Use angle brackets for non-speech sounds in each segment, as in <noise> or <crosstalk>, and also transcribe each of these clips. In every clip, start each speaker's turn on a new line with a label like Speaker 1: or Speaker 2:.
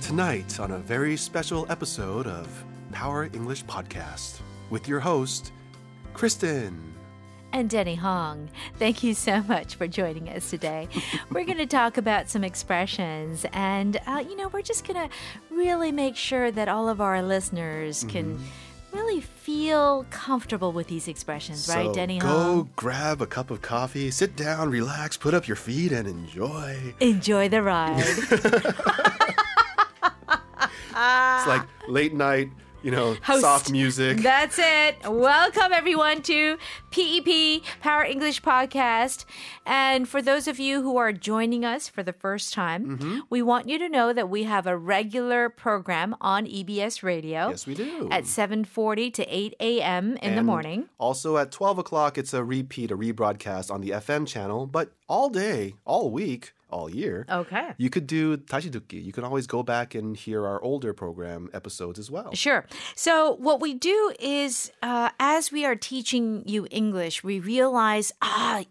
Speaker 1: Tonight, on a very special episode of Power English Podcast with your host, Kristen.
Speaker 2: and Denny Hong. Thank you so much for joining
Speaker 1: <laughs>
Speaker 2: us today. we're going to talk about some expressions, and uh, you know, we're just going to really make sure that all of our listeners can really feel comfortable with these expressions, right,
Speaker 1: Mm-hmm. So
Speaker 2: Denny
Speaker 1: Go
Speaker 2: Hong?
Speaker 1: grab a cup of coffee, sit down, relax, put up your feet, and enjoy.
Speaker 2: Enjoy the ride.
Speaker 1: It's like late night, you know,
Speaker 2: Ah. <laughs> Host.
Speaker 1: soft music.
Speaker 2: That's it. Welcome everyone to PEP Power English Podcast. And for those of you who are joining us for the first time,
Speaker 1: Mm-hmm.
Speaker 2: we want you to know that we have a regular program on EBS Radio.
Speaker 1: yes, we do.
Speaker 2: At 7:40 to 8 a.m. in the
Speaker 1: And
Speaker 2: morning.
Speaker 1: Also at 12 o'clock, it's a repeat, a rebroadcast on the FM channel, but all day, all week, all year.
Speaker 2: Okay.
Speaker 1: You could do Taishiduki. You can always go back and hear our older program episodes as well.
Speaker 2: Sure. So, what we do is, uh, as we are teaching you English, we realize, ah,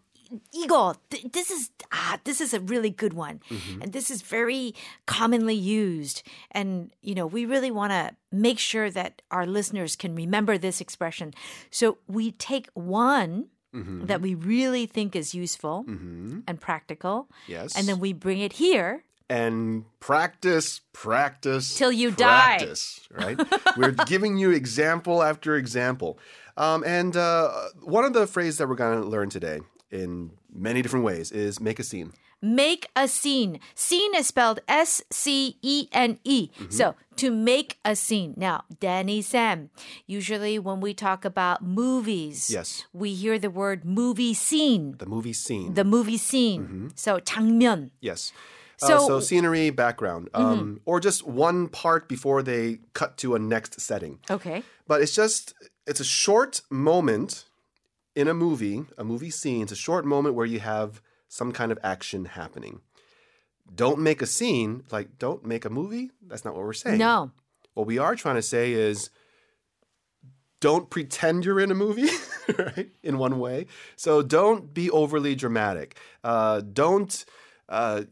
Speaker 2: Igor, th- this is ah, this is a really good one, and this is very commonly used. And you know, we really want to make sure that our listeners can remember this expression. So we take one that we really think is useful and practical,
Speaker 1: Yes.
Speaker 2: and then we bring it here.
Speaker 1: and practice, practice
Speaker 2: Till you die.
Speaker 1: practice,
Speaker 2: <laughs>
Speaker 1: die. Right? we're giving you example after example. Um, and uh, one of the phrases that we're going to learn today in many different ways is make a scene.
Speaker 2: Make a scene. Scene is spelled S C E N E.
Speaker 1: Mm-hmm.
Speaker 2: So, to make a scene. Now, Danny Sam, usually when we talk about movies,
Speaker 1: Yes.
Speaker 2: we hear the word movie scene,
Speaker 1: The movie scene.
Speaker 2: the movie scene.
Speaker 1: Mm-hmm.
Speaker 2: So, 장면.
Speaker 1: yes. Uh,
Speaker 2: So- Mm-hmm.
Speaker 1: so scenery, background, um, or just one part before they cut to a next setting.
Speaker 2: Okay.
Speaker 1: But it's just it's a short moment in a movie, a movie scene. It's a short moment where you have some kind of action happening. Don't make a scene, like don't make a movie. That's not what we're saying.
Speaker 2: No.
Speaker 1: What we are trying to say is don't pretend you're in a movie, <laughs> right? In one way. So don't be overly dramatic. Uh, don't uh,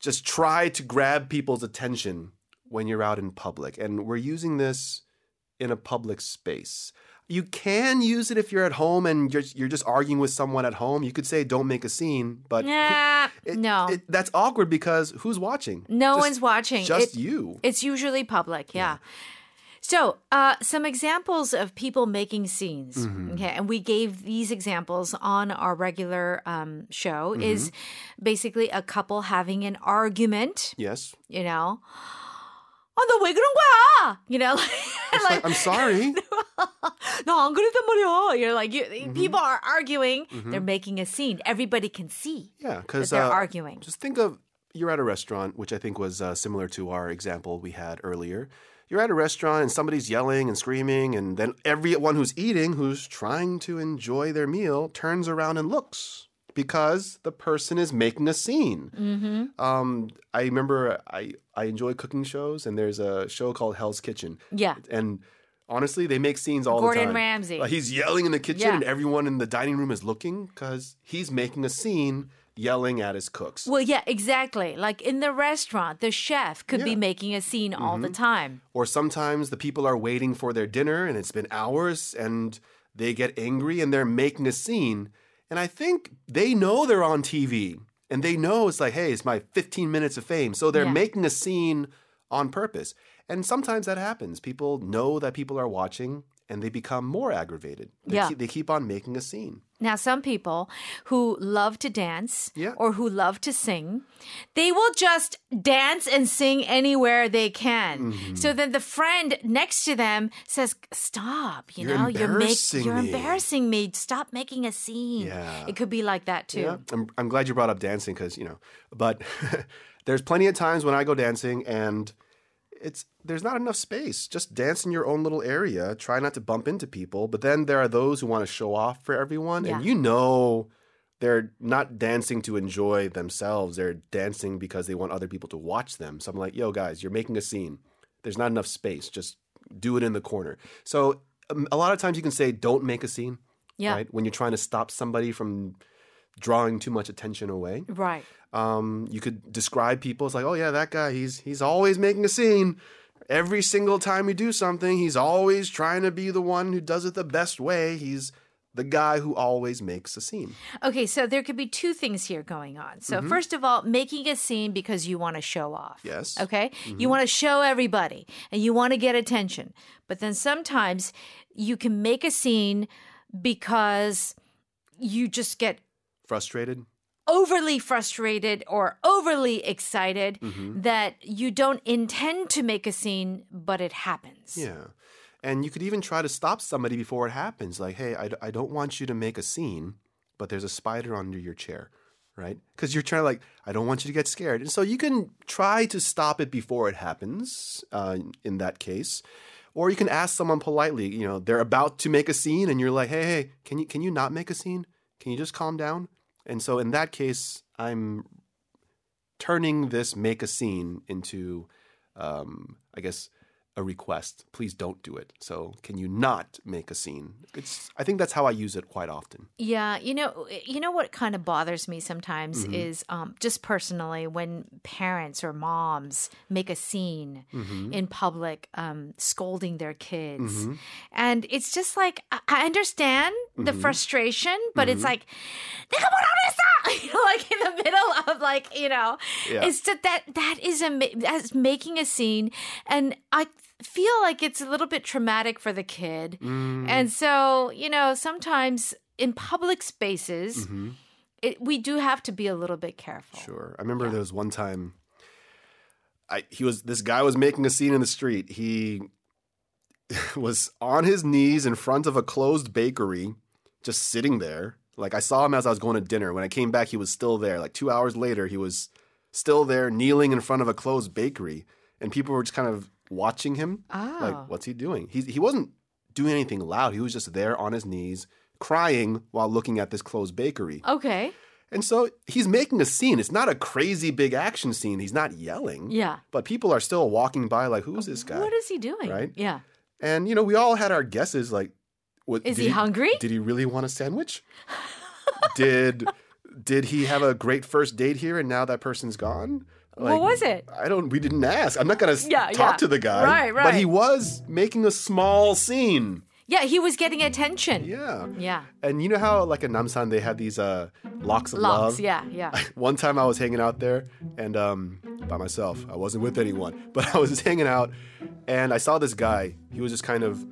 Speaker 1: just try to grab people's attention when you're out in public. And we're using this in a public space. You can use it if you're at home and you're, you're just arguing with someone at home. You could say, don't make a scene, but
Speaker 2: Nah,
Speaker 1: it-
Speaker 2: no.
Speaker 1: it- that's awkward because who's watching?
Speaker 2: no
Speaker 1: Just-
Speaker 2: one's watching.
Speaker 1: Just
Speaker 2: It-
Speaker 1: you.
Speaker 2: It's usually public, yeah. So, uh, some examples of people making scenes. Okay, and we gave these examples on our regular um, show. Is basically a couple having an argument.
Speaker 1: yes.
Speaker 2: You know, oh, 너왜 그런 거야? You know, <laughs> <laughs> like,
Speaker 1: I'm sorry.
Speaker 2: 너안 그랬단 말이야. You're like, you, people are arguing. They're making a scene. Everybody can see
Speaker 1: Yeah, uh,
Speaker 2: that
Speaker 1: because
Speaker 2: they're arguing.
Speaker 1: Just think of you're at a restaurant, which I think was uh, similar to our example we had earlier. You're at a restaurant and somebody's yelling and screaming, and then everyone who's eating, who's trying to enjoy their meal, turns around and looks because the person is making a scene.
Speaker 2: Mm-hmm.
Speaker 1: Um, I remember I, I enjoy cooking shows, and there's a show called Hell's Kitchen.
Speaker 2: Yeah.
Speaker 1: And honestly, they make scenes all the
Speaker 2: Gordon
Speaker 1: time.
Speaker 2: Ramsay.
Speaker 1: Like, he's yelling in the kitchen,
Speaker 2: Yeah.
Speaker 1: and everyone in the dining room is looking because he's making a scene yelling at his cooks.
Speaker 2: Well, yeah, exactly. Like in the restaurant, the chef could be
Speaker 1: Yeah.
Speaker 2: making a scene all the time.
Speaker 1: Or sometimes the people are waiting for their dinner and it's been hours and they get angry and they're making a scene. And I think they know they're on TV and they know it's like, hey, it's my 15 minutes of fame. So they're
Speaker 2: Yeah.
Speaker 1: making a scene on purpose. And sometimes that happens. People know that people are watching and they become more aggravated. They,
Speaker 2: Yeah.
Speaker 1: keep, they keep on making a scene.
Speaker 2: Now, some people who love to dance
Speaker 1: Yeah.
Speaker 2: or who love to sing, they will just dance and sing anywhere they can.
Speaker 1: Mm-hmm.
Speaker 2: So then the friend next to them says, "Stop! You
Speaker 1: You're
Speaker 2: know, you're
Speaker 1: embarrassing
Speaker 2: you're
Speaker 1: me."
Speaker 2: embarrassing me. Stop making a scene."
Speaker 1: Yeah.
Speaker 2: It could be like that too.
Speaker 1: Yeah, I'm, I'm glad you brought up dancing because you know, but <laughs> there's plenty of times when I go dancing and it's there's not enough space. Just dance in your own little area. Try not to bump into people. But then there are those who want to show off for everyone, and
Speaker 2: Yeah.
Speaker 1: you know. They're not dancing to enjoy themselves. They're dancing because they want other people to watch them. So I'm like, yo, guys, you're making a scene. There's not enough space. Just do it in the corner. So um, a lot of times you can say, don't make a scene
Speaker 2: Yeah.
Speaker 1: right? When you're trying to stop somebody from drawing too much attention away.
Speaker 2: Right.
Speaker 1: Um, you could describe people. It's like, oh yeah, that guy. He's he's always making a scene. Every single time you do something, he's always trying to be the one who does it the best way. He's the guy who always makes a scene.
Speaker 2: Okay, so there could be two things here going on. So, first of all, making a scene because you want to show off.
Speaker 1: Yes.
Speaker 2: Okay? You want to show everybody and you want to get attention. But then sometimes you can make a scene because you just get
Speaker 1: Frustrated.
Speaker 2: overly frustrated or overly excited that you don't intend to make a scene, but it happens.
Speaker 1: Yeah. And you could even try to stop somebody before it happens. Like, hey, I, d- I don't want you to make a scene, but there's a spider under your chair, right? Because you're trying to, like, I don't want you to get scared. And so you can try to stop it before it happens uh, in that case. Or you can ask someone politely, you know, they're about to make a scene and you're like, hey, hey, can you, can you not make a scene? Can you just calm down? And so in that case, I'm turning this make a scene into um, I guess a request. Please don't do it. So can you not make a scene? It's I think that's how I use it quite often.
Speaker 2: Yeah, you know, eh, you know what kind of bothers me sometimes is um, just personally when parents or moms make a scene in public, um, scolding their kids, and it's just like I, I understand the frustration, but it's like, "Deja por hablar esa!" you know, <laughs> like in the middle of like you know,
Speaker 1: Yeah.
Speaker 2: it's that that that is a ma- that's making a scene, and I feel like it's a little bit traumatic for the kid.
Speaker 1: Mm.
Speaker 2: And so, you know, sometimes in public spaces, it, we do have to be a little bit careful.
Speaker 1: Mm. Sure. I remember there was one time I he was this guy was making a scene in the street. He <laughs> was on his knees in front of a closed bakery, just sitting there. Like I saw him as I was going to dinner. When I came back, he was still there. Like two hours later, he was still there, kneeling in front of a closed bakery, and people were just kind of watching him.
Speaker 2: Oh.
Speaker 1: Like, what's he doing? He he wasn't doing anything loud. He was just there on his knees, crying while looking at this closed bakery.
Speaker 2: Okay.
Speaker 1: And so he's making a scene. It's not a crazy big action scene. He's not yelling.
Speaker 2: Yeah.
Speaker 1: But people are still walking by like, who's this guy?
Speaker 2: What is he doing?
Speaker 1: Right?
Speaker 2: Yeah.
Speaker 1: and you know, we all had our guesses like what,
Speaker 2: Is
Speaker 1: did
Speaker 2: he hungry?
Speaker 1: Did he really want a
Speaker 2: <laughs>
Speaker 1: sandwich? did did he have a great first date here and now that person's gone? Like,
Speaker 2: what was it?
Speaker 1: I don't we didn't ask. I'm not going to
Speaker 2: Yeah,
Speaker 1: talk
Speaker 2: yeah.
Speaker 1: to the guy.
Speaker 2: Right,
Speaker 1: But he
Speaker 2: right.
Speaker 1: was making a small scene.
Speaker 2: Yeah, he was getting attention.
Speaker 1: Yeah.
Speaker 2: Yeah.
Speaker 1: And you know how like in Namsan they had these uh locks of
Speaker 2: Locks.
Speaker 1: love?
Speaker 2: Yeah,
Speaker 1: <laughs>
Speaker 2: yeah.
Speaker 1: one time I was hanging out there and um, by myself. I wasn't with anyone, <laughs> but I was just hanging out and I saw this guy. He was just kind of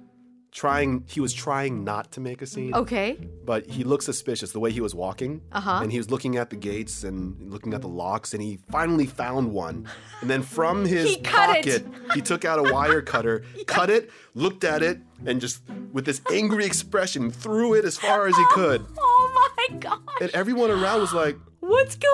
Speaker 1: trying, he was trying not to make a scene,
Speaker 2: Okay.
Speaker 1: but he looked suspicious the way he was walking.
Speaker 2: Uh-huh.
Speaker 1: And he was looking at the gates and looking at the locks and he finally found one. And then from his
Speaker 2: <laughs> He cut
Speaker 1: pocket,
Speaker 2: it.
Speaker 1: he took out a wire
Speaker 2: <laughs>
Speaker 1: cutter, cut it, looked at it, and just with this angry expression threw it as far
Speaker 2: <laughs>
Speaker 1: as he could.
Speaker 2: Oh my God.
Speaker 1: And everyone around was like,
Speaker 2: What's going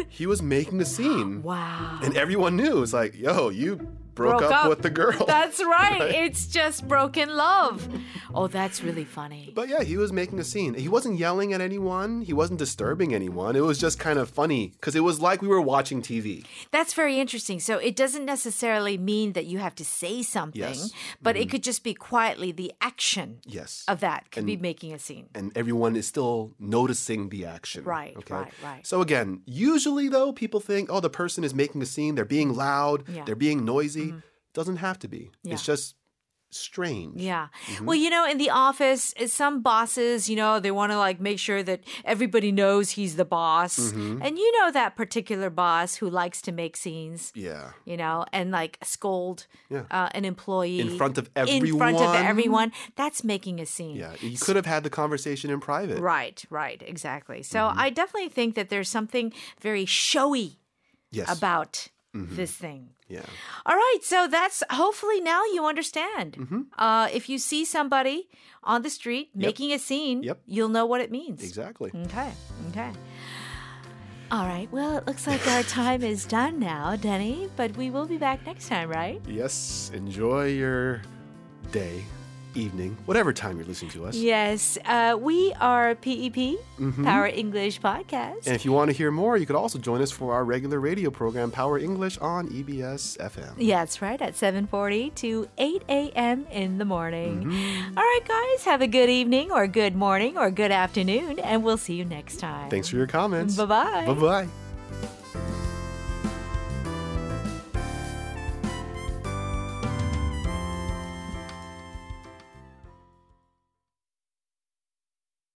Speaker 2: on?
Speaker 1: he was making a scene.
Speaker 2: <gasps> Wow.
Speaker 1: And everyone knew. It was like, yo, you broke,
Speaker 2: Broke
Speaker 1: up,
Speaker 2: up.
Speaker 1: with the girl.
Speaker 2: That's right. It's just broken love. Oh, that's really funny.
Speaker 1: <laughs> but yeah, he was making a scene. He wasn't yelling at anyone. He wasn't disturbing anyone. It was just kind of funny because it was like we were watching TV.
Speaker 2: That's very interesting. So it doesn't necessarily mean that you have to say something,
Speaker 1: Yes. Mm-hmm.
Speaker 2: but it could just be quietly the action
Speaker 1: Yes.
Speaker 2: of that could be making a scene.
Speaker 1: and everyone is still noticing the action.
Speaker 2: Right, right, right.
Speaker 1: So again, usually though, people think, oh, the person is making a scene. They're being loud.
Speaker 2: Yeah. Mm-hmm.
Speaker 1: They're being noisy. Doesn't have to be.
Speaker 2: Yeah.
Speaker 1: It's just strange.
Speaker 2: Yeah.
Speaker 1: Mm-hmm.
Speaker 2: Well, you know, in the office, uh, some bosses, you know, they want to like make sure that everybody knows he's the boss.
Speaker 1: Mm-hmm.
Speaker 2: And you know that particular boss who likes to make scenes,
Speaker 1: Yeah.
Speaker 2: you know, and like scold
Speaker 1: Yeah.
Speaker 2: uh, an employee
Speaker 1: In front of
Speaker 2: In front of
Speaker 1: everyone.
Speaker 2: everyone. That's making a scene.
Speaker 1: Yeah. You could have had the conversation in private.
Speaker 2: Right, right, exactly. So
Speaker 1: Mm-hmm.
Speaker 2: I definitely think that there's something very showy
Speaker 1: Yes.
Speaker 2: about
Speaker 1: Mm-hmm.
Speaker 2: this thing.
Speaker 1: yeah.
Speaker 2: All right, so that's hopefully now you understand. Uh, if you see somebody on the street making a scene,
Speaker 1: Mm-hmm. Yep.
Speaker 2: you'll know what it means.
Speaker 1: Exactly.
Speaker 2: Okay, okay. All right, well, it looks like our time is done now, Denny, but we will be back next time, right?
Speaker 1: Yes, enjoy your day. evening, whatever time you're listening to us.
Speaker 2: Yes, uh, we are PEP, Power English
Speaker 1: Mm-hmm.
Speaker 2: Podcast.
Speaker 1: And if you want to hear more, you could also join us for our regular radio program, Power English, on E EBS FM.
Speaker 2: yeah, that's right, at 7.40 to 8 a.m. in the morning.
Speaker 1: Mm-hmm.
Speaker 2: All right, guys, have a good evening or good morning or good afternoon, and we'll see you next time.
Speaker 1: Thanks for your comments.
Speaker 2: Bye-bye.
Speaker 1: Bye bye.